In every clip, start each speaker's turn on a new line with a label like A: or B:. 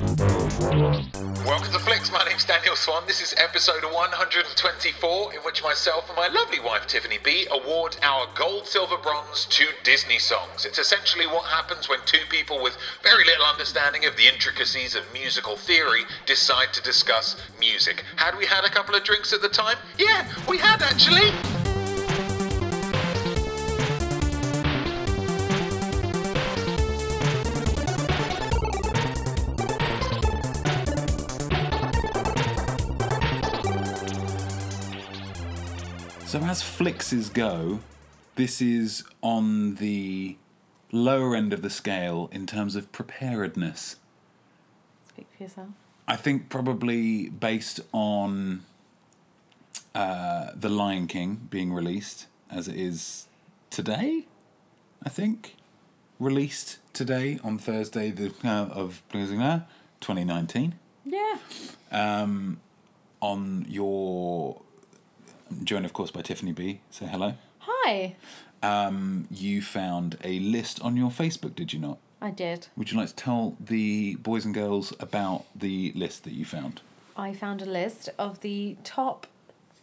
A: Welcome to Flicks. My name's Daniel Swan. This is episode 124, in which myself and my lovely wife Tiffany B award our gold, silver, bronze to Disney songs. It's essentially what happens when two people with very little understanding of the intricacies of musical theory decide to discuss music. Had we had a couple of drinks at the time? Yeah, we had actually.
B: So as flixes go, this is on the lower end of the scale in terms of preparedness.
C: Speak for yourself.
B: I think probably based on uh, The Lion King being released as it is today, I think. Released today on Thursday the uh, of 2019
C: Yeah.
B: on your joined of course by Tiffany B. Say hello.
C: Hi.
B: you found a list on your Facebook, did you not?
C: I did.
B: Would you like to tell the boys and girls about the list that you found?
C: I found a list of the top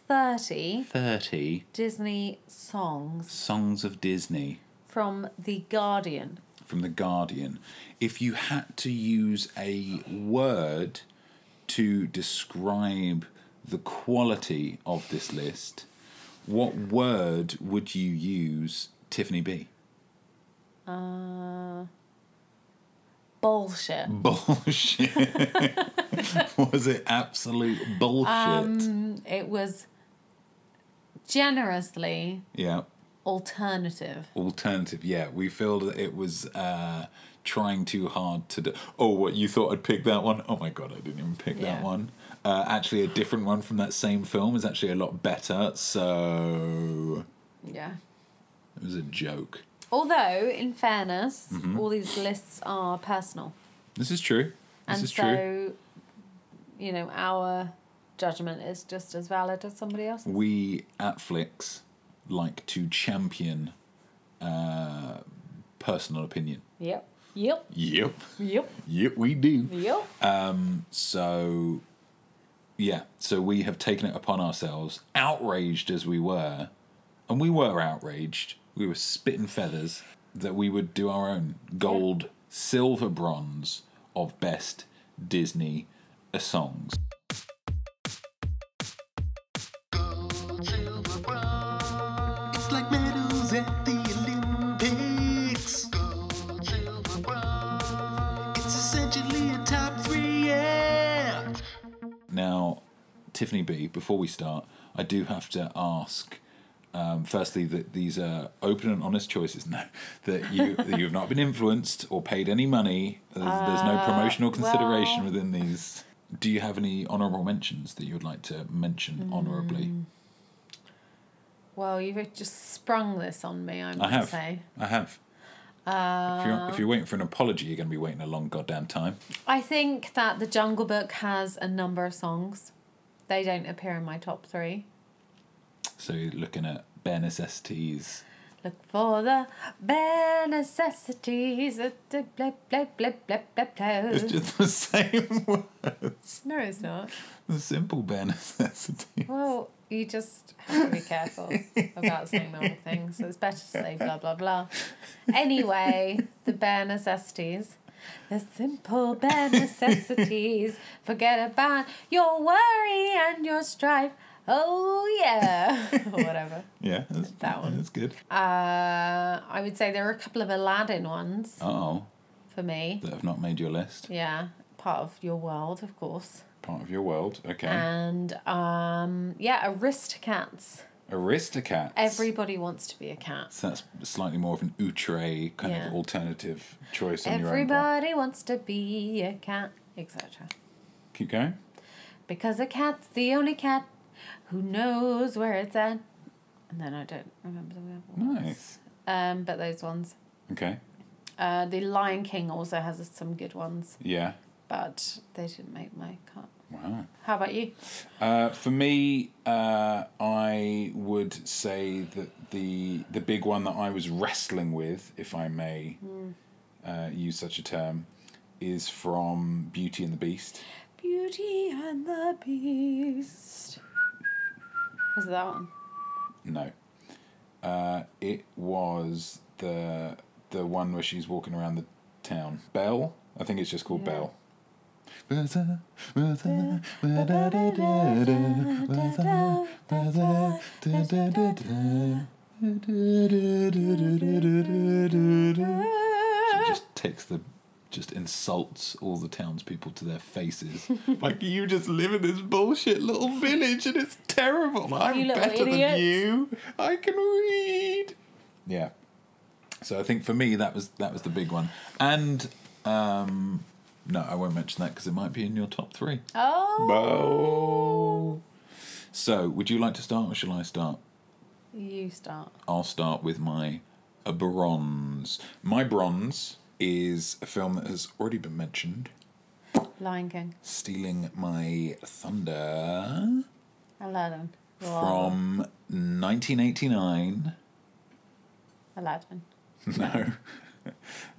C: 30
B: 30
C: Disney songs
B: songs of Disney
C: from The Guardian.
B: from The Guardian. If you had to use a word to describe the quality of this list, what word would you use, Tiffany B?
C: Uh, bullshit.
B: Bullshit. Was it absolute bullshit?
C: It was generously
B: yeah.
C: alternative.
B: alternative. Yeah, we feel that it was uh, trying too hard to do. Oh, what you thought I'd pick that one? Oh my god, I didn't even pick that
C: Yeah.
B: one. Uh, actually, a different one from that same film is actually a lot better. So
C: Yeah.
B: it was a joke.
C: Although, in fairness,
B: Mm-hmm.
C: all these lists are personal.
B: This is true. This
C: and
B: is
C: so,
B: true.
C: you know, our judgment is just as valid as somebody else's.
B: We at Flix like to champion uh, personal opinion.
C: Yep. Yep.
B: Yep.
C: Yep.
B: Yep, we do.
C: Yep.
B: So, yeah, so we have taken it upon ourselves, outraged as we were, and we were outraged, we were spitting feathers, that we would do our own gold, silver, bronze of best Disney uh, songs.
D: It's like medals at the Olympics. Gold, silver, bronze. It's essentially a top three, yeah.
B: Now, Tiffany B, before we start, I do have to ask. Um, firstly, that these are open and honest choices. No, that you that you have not been influenced or paid any money. There's, there's no promotional consideration
C: Uh, well-
B: within these. Do you have any honourable mentions that you would like to mention
C: Hmm,
B: honourably?
C: Well, you've just sprung this on me, I
B: I
C: must
B: have.
C: say. Uh,
B: I have. if, you're, if you're waiting for an apology, you're going to be waiting a long goddamn time.
C: I think that The Jungle Book has a number of songs. They don't appear in my top three.
B: So you're looking at bare necessities.
C: Look for the bare necessities. Blah, blah, blah, blah, blah, blah, blah.
B: It's just the same word.
C: No, it's not.
B: The simple bare necessities.
C: Well, you just have to be careful about saying the wrong thing, so it's better to say blah blah blah. Anyway, the bare necessities. The simple bare necessities. Forget about your worry and your strife. Oh yeah, or whatever.
B: Yeah, that's,
C: That one.
B: That's good.
C: Uh, I would say there are a couple of Aladdin ones
B: Uh oh,
C: for me.
B: that have not made your list.
C: Yeah, part of your world, of course.
B: Part of your world. Okay.
C: And um, yeah, Aristocats.
B: Aristocats.
C: Everybody wants to be a cat.
B: So that's slightly more of an outre kind
C: Yeah.
B: of alternative choice on your own. part.
C: Everybody wants to be a cat, etc.
B: Keep going.
C: Because a cat's the only cat who knows where it's at. And then I don't remember the other ones.
B: Nice.
C: Um, but those ones.
B: Okay.
C: Uh, the Lion King also has some good ones,
B: Yeah.
C: but they didn't make my cut.
B: Wow.
C: How about you?
B: Uh, for me, uh, I would say that the the big
C: Hmm.
B: one that I was wrestling with, if I may uh, use such a term, is from Beauty and the Beast.
C: Beauty and the Beast. Was it that one?
B: No. Uh, it was the the one where she's walking around the town. Belle? I think it's just called Belle. She just takes the just insults all the townspeople to their faces. like you just live in this bullshit little village and it's terrible. I'm
C: You little
B: better than
C: idiots.
B: you. I can read. Yeah. So I think for me that was that was the big one. And um no, I won't mention that because it might be in your top three.
C: Oh,
B: Bo. So, would you like to start or shall I start?
C: you start.
B: I'll start with my a bronze. My bronze is a film that has already been mentioned,
C: Lion King,
B: Stealing My Thunder
C: Aladdin, Wow.
B: from 1989.
C: Aladdin.
B: No.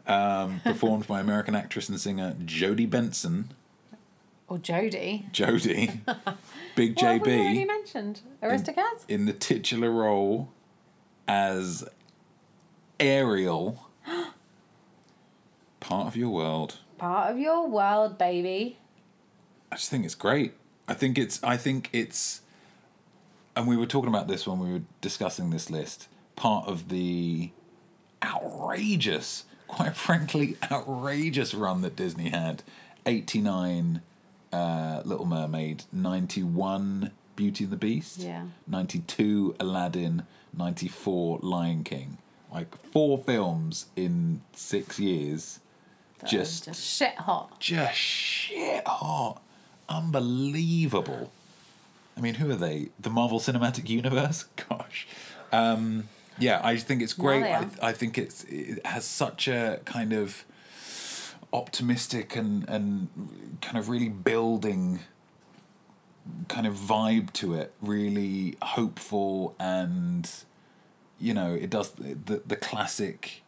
B: um, performed by American actress and singer Jodie Benson.
C: Or Jodie.
B: Jodie, Big
C: What have we already
B: JB,
C: mentioned? Aristocats?
B: in the titular role as Ariel. Part of your world.
C: Part of your world, baby.
B: I just think it's great. I think it's. I think it's. And we were talking about this when we were discussing this list. Part of the outrageous, quite frankly, outrageous run that Disney had. Eighty nine, uh, Little Mermaid. Ninety one, Beauty and the Beast.
C: Yeah.
B: Ninety two, Aladdin. Ninety four, Lion King. Like four films in six years.
C: That was
B: just
C: just shit hot.
B: just shit hot. Unbelievable. I mean, who are they? The Marvel Cinematic Universe? Gosh. Um, yeah, I just think it's great.
C: they
B: I,
C: are.
B: I think it's it has such a kind of optimistic and and kind of really building kind of vibe to it. Really hopeful and you know, it does the the classic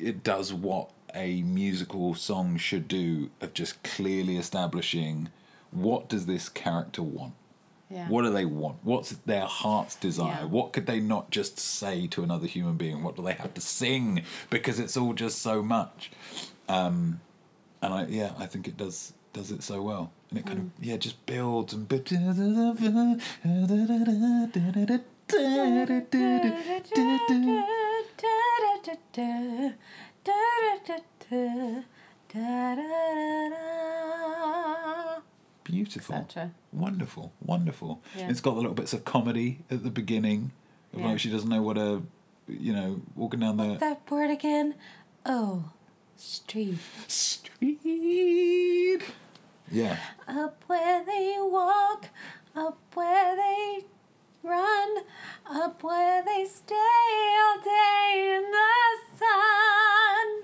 B: it does what a musical song should do of just clearly establishing what does this character want
C: Yeah.
B: what do they want what's their heart's desire
C: Yeah.
B: what could they not just say to another human being what do they have to sing because it's all just so much um and i yeah i think it does does it so well and it kind
C: Mm.
B: of yeah just builds and bu- Beautiful.
C: Etc.
B: Wonderful. Wonderful.
C: Yeah.
B: It's got the little bits of comedy at the beginning. Of
C: Yeah.
B: Like she doesn't know what a, you know, walking down the
C: That word again. Oh, street.
B: street. Yeah.
C: Up where they walk, up where they run, up where they stay all day in the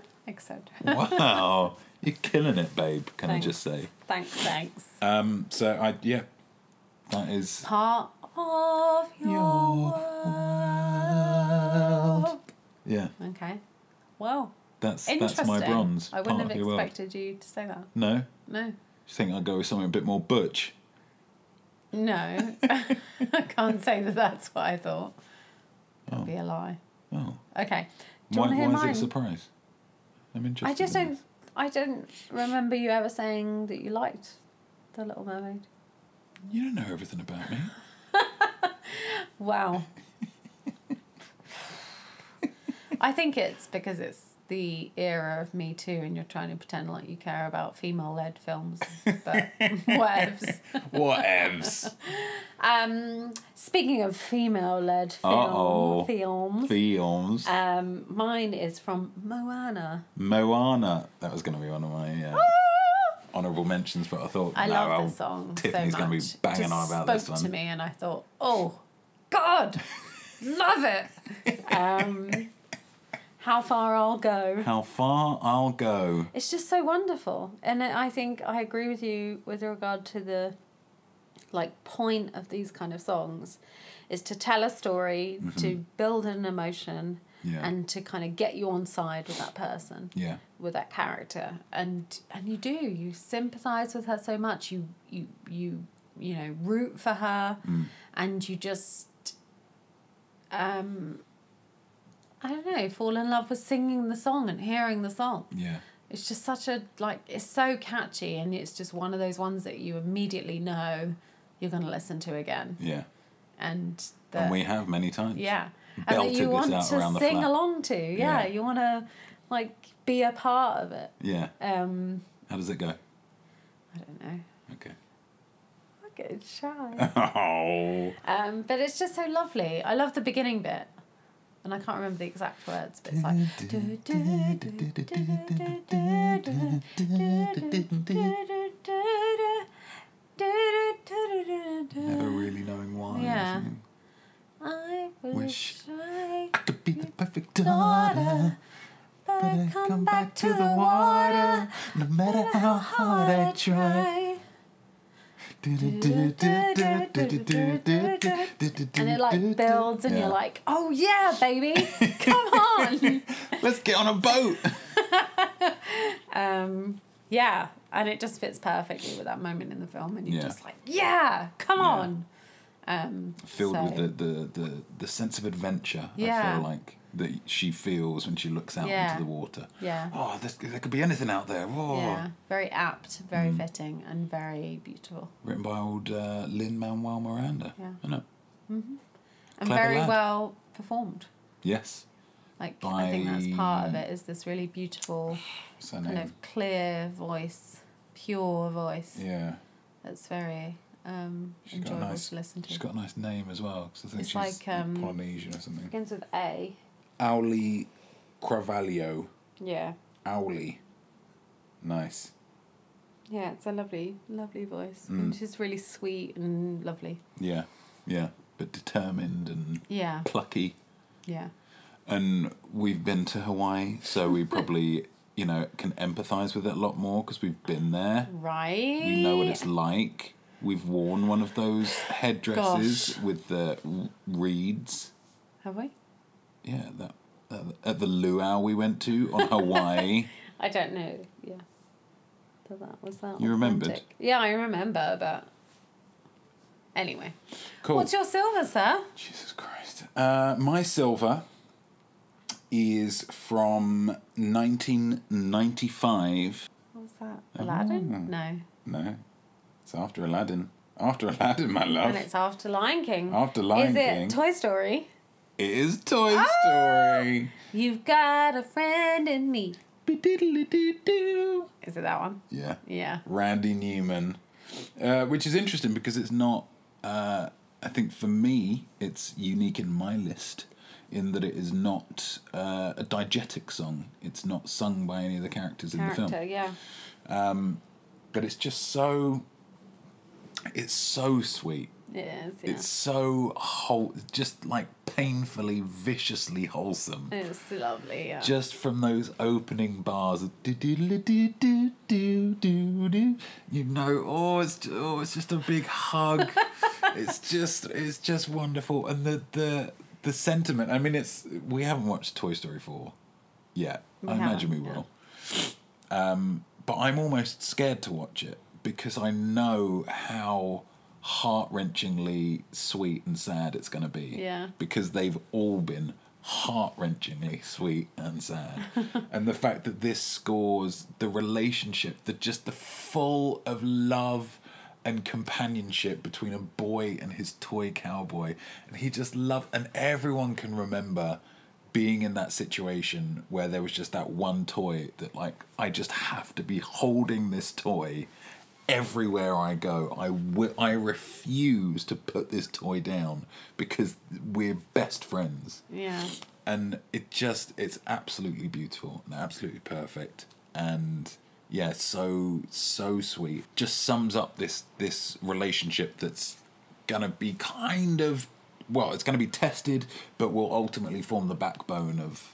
C: sun. Etc.
B: Wow. You're killing it, babe, can I just say.
C: Thanks, thanks.
B: Um, so I, yeah, that is
C: Part of your,
B: Your
C: world.
B: yeah.
C: Okay. Well,
B: That's that's
C: interesting.
B: my bronze.
C: I
B: part
C: wouldn't
B: of
C: have
B: your world.
C: expected you to say that.
B: No, do
C: No.
B: you think I'd go with something a bit more butch?
C: No. I can't say that that's what I thought. That'd be a lie.
B: Oh,
C: Okay. Do you
B: why,
C: want to hear
B: why
C: mine?
B: is it a surprise? I'm interested.
C: I just
B: in
C: don't. I don't remember you ever saying that you liked the Little Mermaid.
B: this. You don't know everything about me.
C: Wow. I think it's because it's the era of Me Too, and you're trying to pretend like you care about female-led films, but whatevs.
B: Whatevs.
C: Um, speaking of female-led
B: Uh-oh.
C: film, films,
B: Films.
C: um, mine is from Moana.
B: Moana. That was going to be one of my uh, honourable mentions, but I thought
C: I
B: no,
C: love
B: I'll-
C: this song
B: Tiffany's
C: so much.
B: gonna be banging
C: Just
B: on about
C: spoke
B: this one.
C: to me, and I thought, oh, God, love it. Um, how far I'll go.
B: How far I'll go.
C: It's just so wonderful, and I I think I agree with you with regard to the like point of these kind of songs is to tell a story, to build an emotion,
B: Mm-hmm. Yeah.
C: and to kind of get you on side with that person
B: Yeah.
C: with that character and and you do you sympathize with her so much you you you you know root for her
B: Mm.
C: and you just um i don't know fall in love with singing the song and hearing the song
B: Yeah.
C: it's just such a like it's so catchy and it's just one of those ones that you immediately know you're going to listen to again
B: Yeah.
C: and that
B: And we have many times.
C: yeah and that
B: belted
C: you
B: this
C: want
B: out around
C: to
B: the
C: sing
B: flat.
C: along to yeah,
B: Yeah.
C: you want to like be a part of it
B: Yeah.
C: um
B: How does it go?
C: i don't know
B: Okay.
C: i get shy
B: Oh.
C: um but it's just so lovely i love the beginning bit and I can't remember the exact words, but it's like.
B: Never really knowing why.
C: Yeah.
B: isn't it?
C: I
B: Wish
C: wish I
B: Could be the perfect
C: daughter,
B: daughter,
C: but
B: but
C: I
B: I
C: come,
B: back to the water. No matter how hard I try.
C: And
B: And
C: it like builds, and you're like, oh yeah, baby, come on.
B: let's get on a boat.
C: Um, yeah, and it just fits perfectly with that moment in the film, and you're
B: Yeah.
C: just like, yeah, come on. Um,
B: Filled
C: so,
B: with the, the, the, the sense of adventure, I
C: Yeah.
B: feel like, that she feels when she looks out
C: Yeah.
B: into the water.
C: Yeah.
B: Oh, this, there could be anything out there. Oh. Whoa.
C: Yeah, very apt, very
B: Mm.
C: fitting, and very beautiful.
B: Written by old uh, Lin Manuel Miranda.
C: Yeah.
B: I know.
C: and
B: Clever
C: very
B: lad.
C: well performed.
B: Yes.
C: Like I think that's
B: By-
C: part of it is this really beautiful
B: What's her
C: kind
B: name?
C: of clear voice, pure voice.
B: Yeah.
C: That's very um,
B: She's got a
C: enjoyable
B: nice-
C: to listen to.
B: She's got a nice name as well, because I think
C: It's
B: she's
C: like, um,
B: Polynesian or something.
C: Begins with A.
B: Auli Cravalho.
C: Yeah.
B: Auli. Nice.
C: Yeah, it's a lovely, lovely voice.
B: Mm.
C: And she's really sweet and lovely.
B: Yeah. Yeah. But determined and
C: Yeah,
B: plucky.
C: yeah.
B: And we've been to Hawaii, so we probably, you know, can empathize with it a lot more because we've been there.
C: Right.
B: We know what it's like. We've worn one of those headdresses
C: Gosh.
B: with the w- reeds.
C: Have we?
B: Yeah, that, that at the luau we went to on Hawaii.
C: I don't know. Yeah. But that was that.
B: You remembered?
C: authentic. Yeah, I remember, but. Anyway.
B: cool.
C: What's your silver, sir?
B: Jesus Christ. Uh, my silver is from 1995.
C: What was that?
B: Oh.
C: Aladdin? No.
B: No, it's after Aladdin. After Aladdin, my love.
C: And it's after Lion King.
B: After Lion
C: Is
B: King.
C: it Toy Story?
B: It is Toy
C: Oh!
B: Story.
C: You've got a friend in me.
B: Be-diddly-doo-doo.
C: Is it that one?
B: Yeah.
C: Yeah.
B: Randy Newman, uh, which is interesting because it's not. Uh, I think for me, it's unique in my list in that it is not uh, a diegetic song. It's not sung by any of the characters in the
C: Character,
B: film,
C: yeah.
B: but it's just so. It's so sweet.
C: It is, yeah.
B: It's so whole, just like painfully, viciously wholesome.
C: It's lovely, yeah.
B: just from those opening bars of do do do do do do do do you know oh it's ju- oh it's just a big hug it's just it's just wonderful and the the the sentiment i mean it's we haven't watched toy story 4 yet i imagine we
C: haven't, yeah.
B: will um but i'm almost scared to watch it because i know how heart-wrenchingly sweet and sad it's going to be
C: Yeah.
B: because they've all been heart wrenchingly sweet and sad. and the fact that this scores the relationship, the just the full of love and companionship between a boy and his toy cowboy. And he just loved and everyone can remember being in that situation where there was just that one toy that like I just have to be holding this toy everywhere I go, I wi- I refuse to put this toy down because we're best friends.
C: yeah.
B: And it just, it's absolutely beautiful and absolutely perfect. And yeah, so, so sweet. Just sums up this, this relationship that's going to be kind of, well, it's going to be tested, but will ultimately form the backbone of,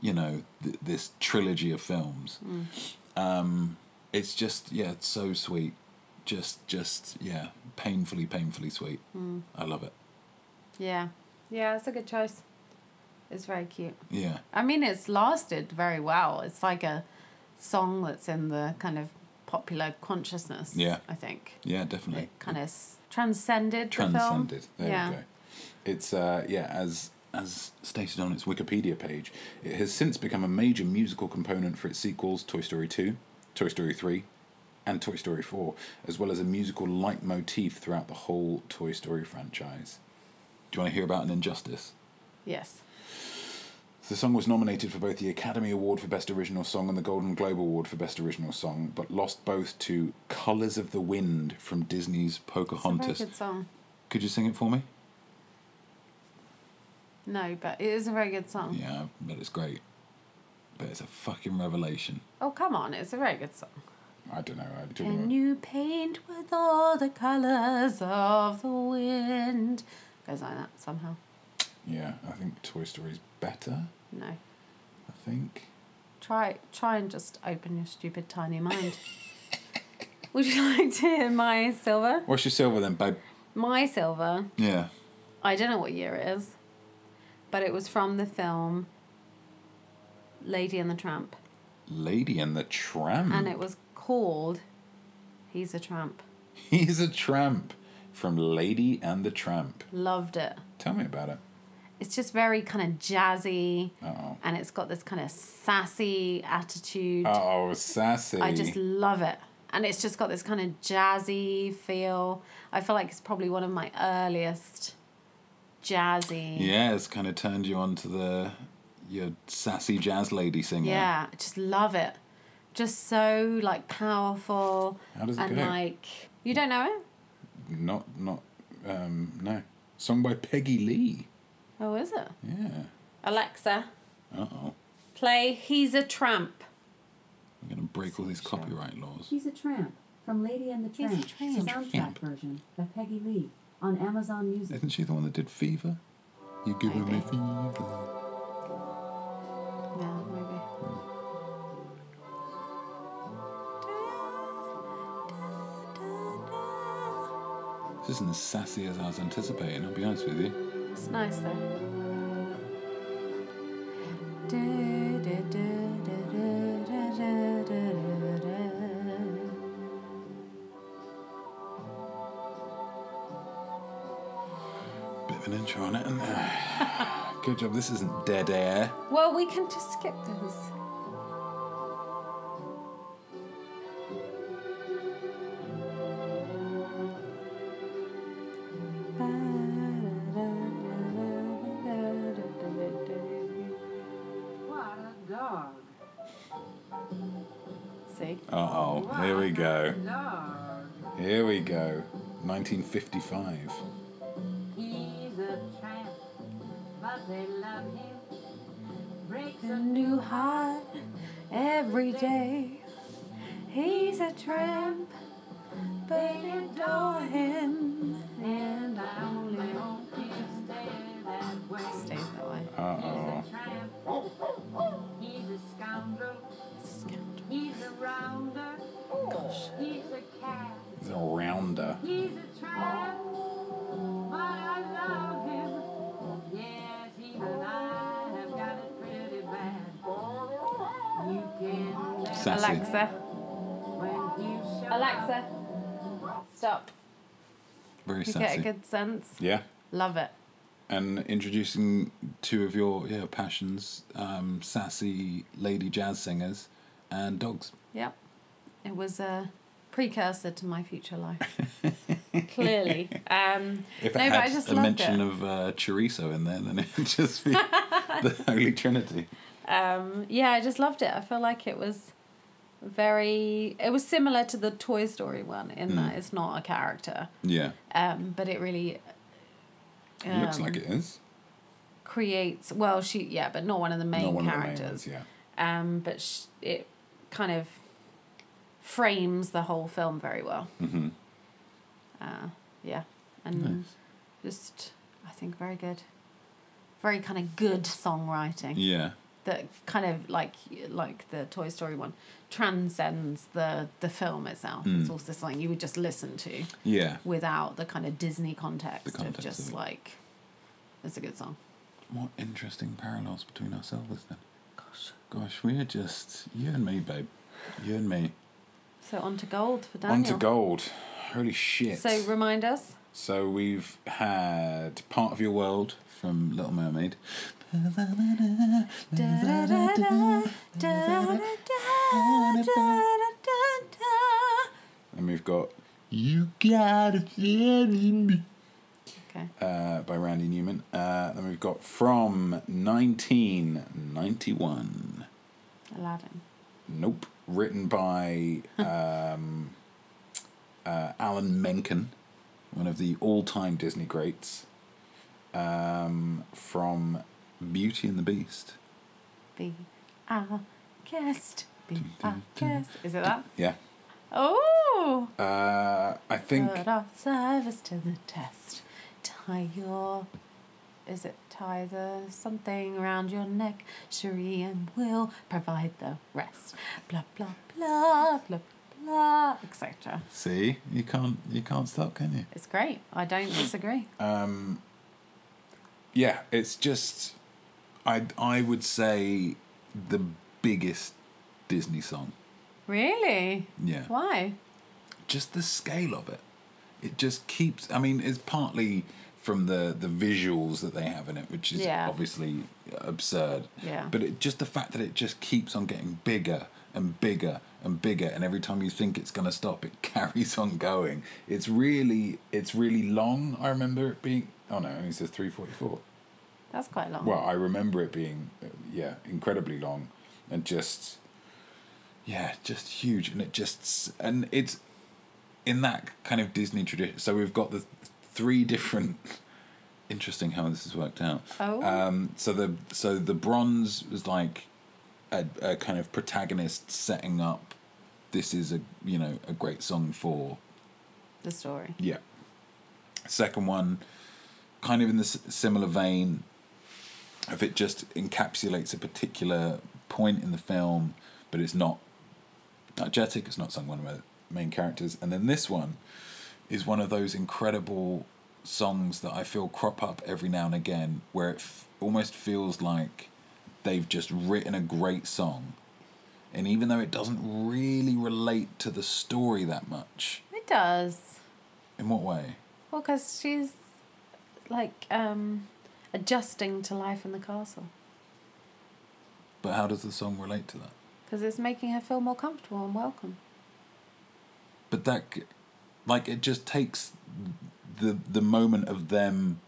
B: you know, th- this trilogy of films Um, it's just yeah it's so sweet just just yeah painfully painfully sweet i love it
C: Yeah. Yeah, it's a good choice. It's very cute.
B: Yeah.
C: I mean, it's lasted very well. It's like a song that's in the kind of popular consciousness.
B: Yeah.
C: I think
B: Yeah, definitely.
C: it kind of s- transcended. The
B: transcended.
C: film.
B: There
C: yeah.
B: we go. It's uh, yeah, as as stated on its Wikipedia page, it has since become a major musical component for its sequels, Toy Story Two, Toy Story Three, and Toy Story Four, as well as a musical leitmotif throughout the whole Toy Story franchise. Do you want to hear about an injustice?
C: Yes.
B: The song was nominated for both the Academy Award for Best Original Song and the Golden Globe Award for Best Original Song, but lost both to Colors of the Wind from Disney's
C: It's a very
B: Pocahontas.
C: good song.
B: Could you sing it for me?
C: No, but it is a very good song.
B: Yeah, but it's great. But it's a fucking revelation.
C: Oh come on, it's a very good song.
B: I don't know. I'm talking
C: Can
B: about-
C: you paint with all the colours of the wind? Goes like that somehow.
B: yeah, I think Toy Story's better.
C: No.
B: I think.
C: Try try and just open your stupid tiny mind. Would you like to hear my silver?
B: What's your silver then, babe?
C: My silver.
B: Yeah.
C: I don't know what year it is, but it was from the film Lady and the Tramp,
B: Lady and the Tramp.
C: and it was called He's a Tramp.
B: He's a tramp from Lady and the Tramp.
C: Loved it.
B: Tell me about it.
C: It's just very kind of jazzy,
B: Uh-oh.
C: and it's got this kind of sassy attitude.
B: Oh, sassy.
C: I just love it. And it's just got this kind of jazzy feel. I feel like it's probably one of my earliest jazzy.
B: yeah, it's kind of turned you on to the your sassy jazz lady singer.
C: Yeah, I just love it. Just so like powerful
B: How does it
C: and
B: go?
C: like you don't know it?
B: Not not um no. Song by Peggy Lee.
C: Oh, is it?
B: Yeah.
C: Alexa,
B: Uh oh.
C: play He's a Tramp.
B: I'm gonna break all these copyright laws.
E: She's a Tramp from Lady and the
C: She's a
E: Tramp,
C: tramp.
E: soundtrack
B: Tramp.
E: version by Peggy Lee on Amazon Music.
B: Isn't she the one that did Fever? You giving me
C: Maybe.
B: fever.
C: Yeah, maybe.
B: Hmm. This isn't as sassy as I was anticipating, I'll be honest with you.
C: It's nice though. It's
B: Bit of an intro on it, and Good job, this isn't dead air.
C: Well, we can just skip this.
E: What a dog.
C: See?
B: Uh oh, here we go.
E: Dog.
B: Here we go. 1955.
E: He's a tramp, but they love him. Breaks
C: A new heart every day. He's a tramp, but adore him. And I only
E: hope you stay that way.
C: stays that way.
B: Uh oh.
E: Tramp. He's a scoundrel. He's a rounder. He's a cat.
B: It's a rounder.
E: He's a tramp. But I love him. Yes, even I have got it pretty bad. You can laugh
B: Sassy.
E: when you show
C: Alexa, stop.
B: Very
C: You
B: sassy.
C: get a good sense.
B: Yeah.
C: Love it.
B: And introducing two of your yeah, passions um, sassy lady jazz singers and dogs.
C: Yep. It was a precursor to my future life. Clearly. Um,
B: If it
C: no,
B: had
C: but I just
B: a
C: loved
B: mention
C: it.
B: of uh, chorizo in there, then it'd just be the Holy Trinity.
C: um, yeah, I just loved it. I feel like it was very. It was similar to the Toy Story one in that it's not a character,
B: Yeah,
C: um, but it really
B: it
C: Um,
B: looks like it is.
C: creates. Well, she yeah, but not one of the main
B: Not one
C: characters.
B: of the main ones, yeah.
C: um, but sh- it kind of frames the whole film very well. Mm-hmm. Uh, yeah, and just I think very good, very kind of good songwriting
B: Yeah,
C: that kind of like like the Toy Story one transcends the the film itself.
B: Hmm.
C: It's also something you would just listen to
B: yeah.
C: without the kind of Disney context,
B: context
C: of
B: of
C: just
B: it.
C: like it's a good song.
B: What interesting parallels between ourselves then. Gosh. Gosh, we are just you and me, babe. You and me.
C: So on to gold for Daniel.
B: On to gold. Holy shit.
C: So remind us.
B: So we've had Part of Your World from Little Mermaid.
C: Okay.
B: And we've got You Gotta Feel Me uh, by Randy Newman. Uh, then we've got From 1991.
C: Aladdin.
B: Nope. Written by um, uh, Alan Menken, one of the all time Disney greats, um, from Beauty and the Beast.
C: Be our guest. Be our guest. Is it that?
B: Yeah.
C: Oh!
B: Uh, I think.
C: Put our service to the test. Tie your. Is it tie the something around your neck? Cherie and will provide the rest. Blah, blah, blah, blah, blah, etc.
B: See, you can't you can't stop, can you?
C: It's great. I don't disagree.
B: Uh, Yeah, it's just I I would say the biggest Disney song.
C: really?
B: Yeah.
C: Why?
B: just the scale of it. It just keeps. I mean, it's partly from the the visuals that they have in it, which is
C: Yeah.
B: obviously absurd.
C: Yeah.
B: But it, just the fact that it just keeps on getting bigger and bigger and bigger, and every time you think it's going to stop, it carries on going. It's really it's really long. I remember it being. Oh no, it only says three forty four.
C: That's quite long.
B: Well, I remember it being, uh, yeah, incredibly long, and just, yeah, just huge, and it just, s- and it's, in that kind of Disney tradition. So we've got the th- three different. Interesting how this has worked out.
C: Oh.
B: Um, so the so the bronze was like a, a kind of protagonist setting up. This is a you know a great song for
C: the story.
B: yeah. Second one, kind of in the s- similar vein, if it just encapsulates a particular point in the film, but it's not diegetic, it's not sung by one of the main characters. And then this one is one of those incredible songs that I feel crop up every now and again, where it f- almost feels like they've just written a great song. And even though it doesn't really relate to the story that much,
C: It does.
B: in what way?
C: Well, because she's like um, adjusting to life in the castle.
B: But how does the song relate to that?
C: Because it's making her feel more comfortable and welcome.
B: But that, c- like, it just takes the the moment of them,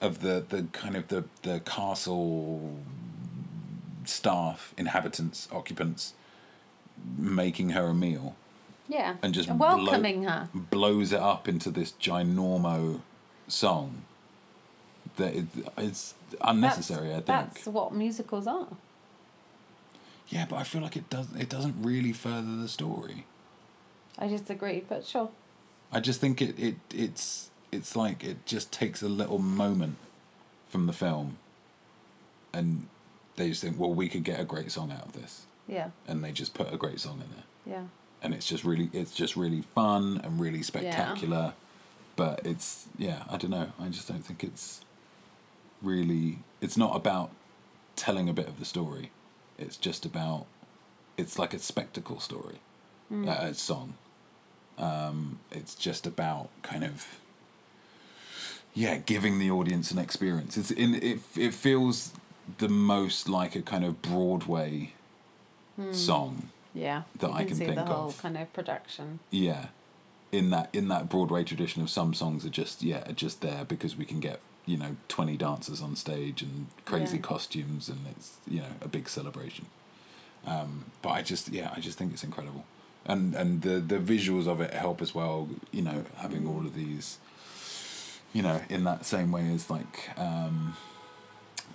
B: of the the kind of the the castle staff, inhabitants, occupants, making her a meal,
C: Yeah.
B: and just blow-
C: welcoming her.
B: blows it up into this ginormo song. That it, it's unnecessary,
C: that's,
B: I think.
C: That's what musicals are.
B: Yeah, but I feel like it does. It doesn't really further the story.
C: I disagree, but sure.
B: I just think it, it it's it's like it just takes a little moment from the film and they just think, well, we could get a great song out of this.
C: Yeah.
B: And they just put a great song in there.
C: Yeah.
B: And it's just really it's just really fun and really spectacular. But it's yeah, I don't know. I just don't think it's really it's not about telling a bit of the story. It's just about it's like a spectacle story. Uh, a song Um, it's just about kind of yeah giving the audience an experience it's in it, it feels the most like a kind of broadway song
C: Yeah.
B: That I can
C: see the
B: think
C: whole
B: of.
C: kind of production.
B: yeah in that in that broadway tradition of some songs are just yeah are just there because we can get you know 20 dancers on stage and crazy
C: Yeah.
B: costumes and it's you know a big celebration um but i just yeah i just think it's incredible and and the the visuals of it help as well you know having all of these you know in that same way as like um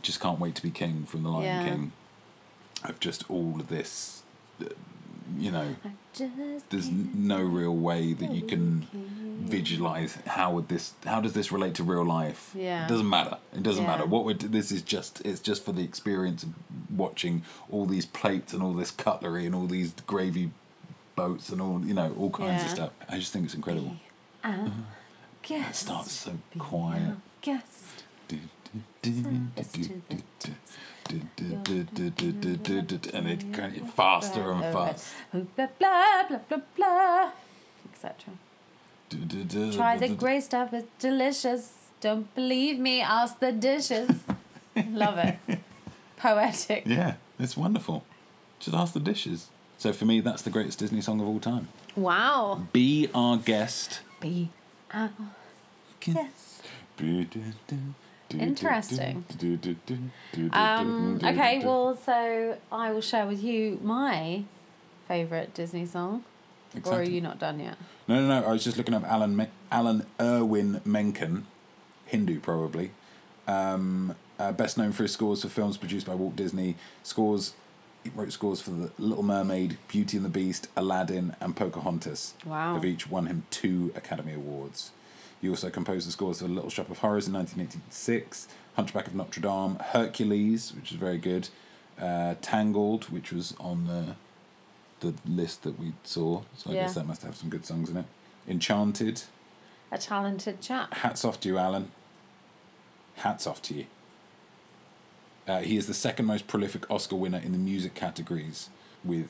B: just can't wait to be king from the lion
C: Yeah.
B: king of just all of this uh, you know
C: I just
B: there's
C: can't
B: n- no real way that you can
C: keep-
B: visualize how would this how does this relate to real life
C: Yeah.
B: it doesn't matter it doesn't
C: Yeah.
B: matter what would this is just it's just for the experience of watching all these plates and all this cutlery and all these gravy boats and all you know all kinds of
C: Yeah.
B: stuff i just think it's incredible
C: Be our guest.
B: it starts so
C: Be
B: quiet
C: our guest.
B: Do, And it going faster and faster.
C: Blah, blah, blah, blah, blah, blah, etc. Try the grey stuff, it's delicious. Don't believe me, ask the dishes. Love it. Poetic.
B: Yeah, it's wonderful. Just ask the dishes. So for me, that's the greatest Disney song of all time.
C: Wow.
B: Be our guest.
C: B. Ow. Yes. Interesting. Um, okay, well, so I will share with you my favourite Disney song. Or are
B: Exactly.
C: you not done yet?
B: No, no, no. I was just looking up Alan Me- Alan Irwin Menken, Hindu probably, um, uh, best known for his scores for films produced by Walt Disney. Scores, he wrote scores for The Little Mermaid, Beauty and the Beast, Aladdin, and Pocahontas.
C: Wow.
B: Have each won him two Academy Awards. He also composed the scores for The Little Shop of Horrors in 1986, Hunchback of Notre Dame, Hercules, which is very good, uh, Tangled, which was on the the list that we saw. So I
C: Yeah.
B: guess that must have some good songs in it. Enchanted.
C: A talented chap.
B: Hats off to you, Alan. Hats off to you. Uh, he is the second most prolific Oscar winner in the music categories with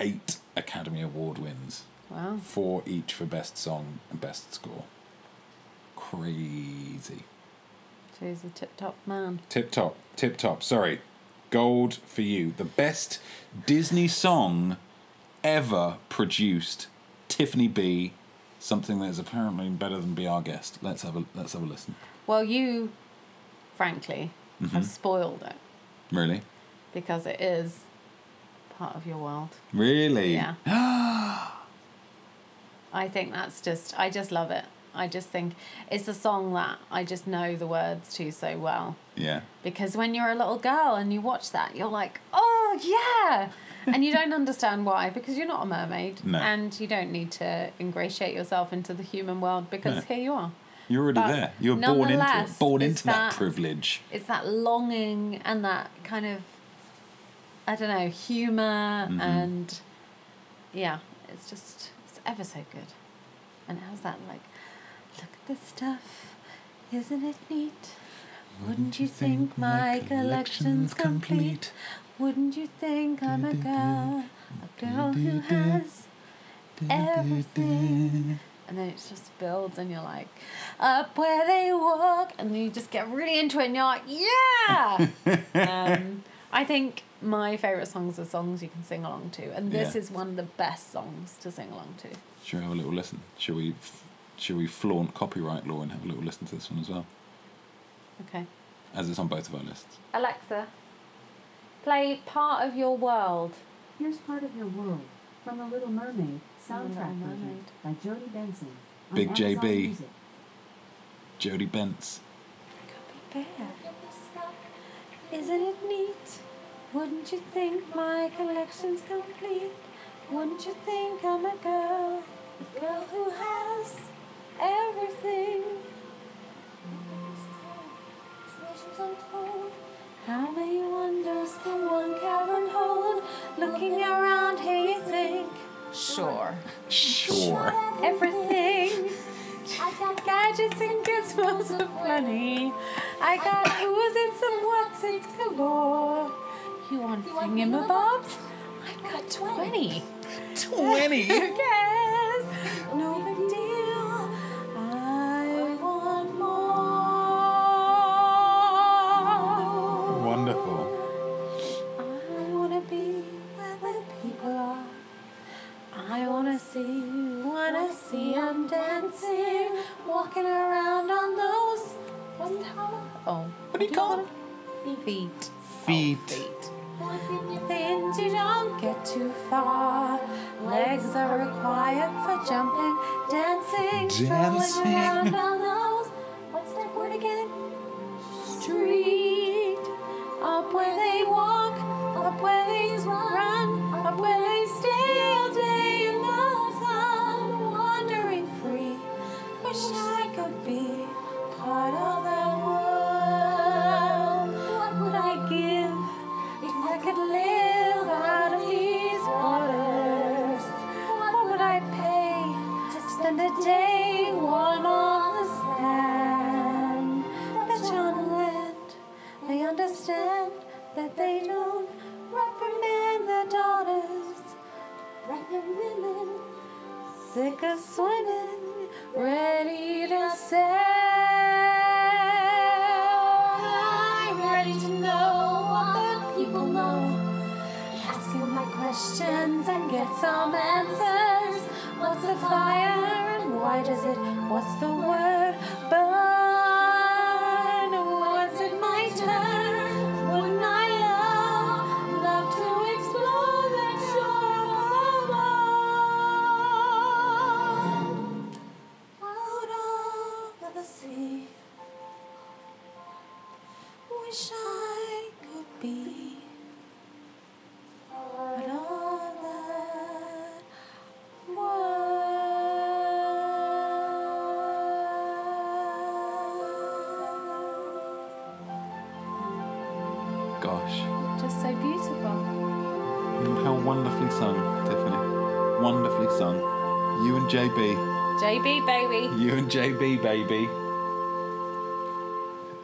B: eight Academy Award wins,
C: Wow.
B: four each for Best Song and Best Score. Crazy.
C: So he's a tip top man.
B: Tip top, tip top. Sorry, gold for you. The best Disney song ever produced. Tiffany B. Something that is apparently better than "Be Our Guest." Let's have a let's have a listen.
C: Well, you, frankly,
B: Mm-hmm.
C: have spoiled it
B: Really,
C: because it is part of your world.
B: really.
C: Yeah. I think that's just, I just love it. I just think it's a song that I just know the words to so well.
B: Yeah.
C: Because when you're a little girl and you watch that, you're like, oh, yeah. And you don't understand why because you're not a mermaid.
B: No.
C: And you don't need to ingratiate yourself into the human world because
B: No.
C: here you are.
B: You're already
C: But
B: there. You're born into it.
C: nonetheless,
B: Born
C: it's
B: into that,
C: that-
B: privilege.
C: It's that longing and that kind of, I don't know, humor and yeah, it's just, it's ever so good. And how's that like, look at this stuff. Isn't it neat? Wouldn't you think my collection's complete? Wouldn't you think I'm a girl, a girl who has everything? And then it just builds, and you're like, up where they walk, and you just get really into it, and you're like, yeah. um, I think my favorite songs are songs you can sing along to, and this
B: Yeah.
C: is one of the best songs to sing along to.
B: Shall we have a little listen? Shall we? Shall we flaunt copyright law and have a little listen to this one as well?
C: Okay,
B: As it's on both of our lists.
C: Alexa, play part of your world.
F: Here's part of your world from The Little Mermaid soundtrack
C: Little
F: version by Jody Benson. on
B: Big
F: Amazon
B: JB.
F: Music.
B: Jodie Bentz.
C: Bear. Isn't it neat? Wouldn't you think my collection's complete? Wouldn't you think I'm a girl? A girl who has everything. Treasures untold. How many wonders can one cavern hold? Looking around here, you think. Sure.
B: Sure.
C: Everything. I got gadgets and gizmos of plenty. I got who's it's and what's it's galore. You want thingamabobs? I've got 20. 20? yes. No big deal. I want more.
B: Wonderful.
C: I wanna be where the people are. I wanna see, wanna see 'em dancing, walking around on those. Oh, what do you call them? Feet. Oh,
B: Feet.
C: Things you don't get too far. Legs are required for jumping, dancing,
B: Dancing.
C: strolling around on those. What's that word again? Street. Up where they walk, up where they run, up where they stay all day in the sun, wandering free. Wish I could be part of the world. What would I give if I could live out of these waters? What would I pay to spend a day warm on the
G: women, sick of swimming, ready to sail. I'm ready to know what good people know. Asking my questions and get some answers. What's a fire and why does it? What's the word? Burn. Was it my turn? Wouldn't I love love to explore that shore above? Out over the sea. Wish I could be. But on that world.
B: Gosh.
G: Just so beautiful.
B: How wonderfully sung, Tiffany. Wonderfully sung. You and JB.
G: JB baby.
B: You and JB, baby.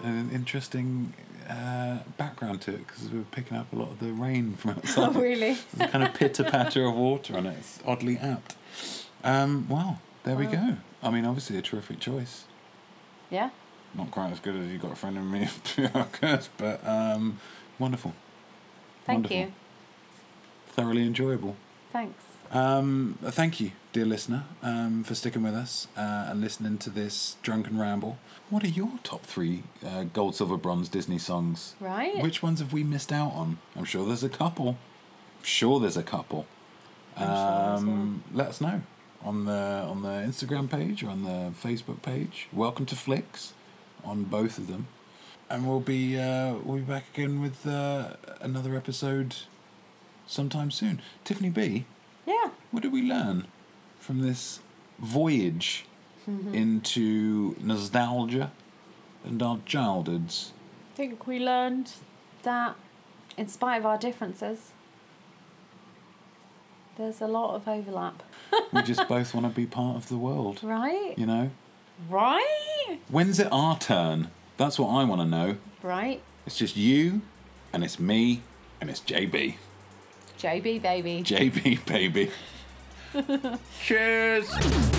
B: An interesting uh, background to it because we were picking up a lot of the rain from outside.
G: really?
B: There's a kind of pitter patter of water on it. It's oddly apt. Um, wow, there we go. I mean, obviously a terrific choice.
G: Yeah.
B: Not quite as good as you got a friend of me, Bianca's, but um, wonderful.
G: Thank
B: Wonderful.
G: you.
B: Thoroughly enjoyable.
G: Thanks.
B: Um, thank you, dear listener, um, for sticking with us uh, and listening to this drunken ramble. What are your top three uh, gold, silver, bronze Disney songs?
G: Right.
B: Which ones have we missed out on? I'm sure there's a couple. Sure, there's a couple. Um, let us know on the on the Instagram page or on the Facebook page. Welcome to Flicks on both of them, and we'll be uh, we'll be back again with uh, another episode sometime soon. Tiffany B,
G: yeah.
B: what did we learn from this voyage into nostalgia and our childhoods?
G: I think we learned that in spite of our differences, there's a lot of overlap.
B: We just both want to be part of the world,
G: Right?
B: you know.
G: Right?
B: When's it our turn? That's what I want to know.
G: Right.
B: It's just you, and it's me, and it's JB.
G: JB baby.
B: JB, baby. Cheers.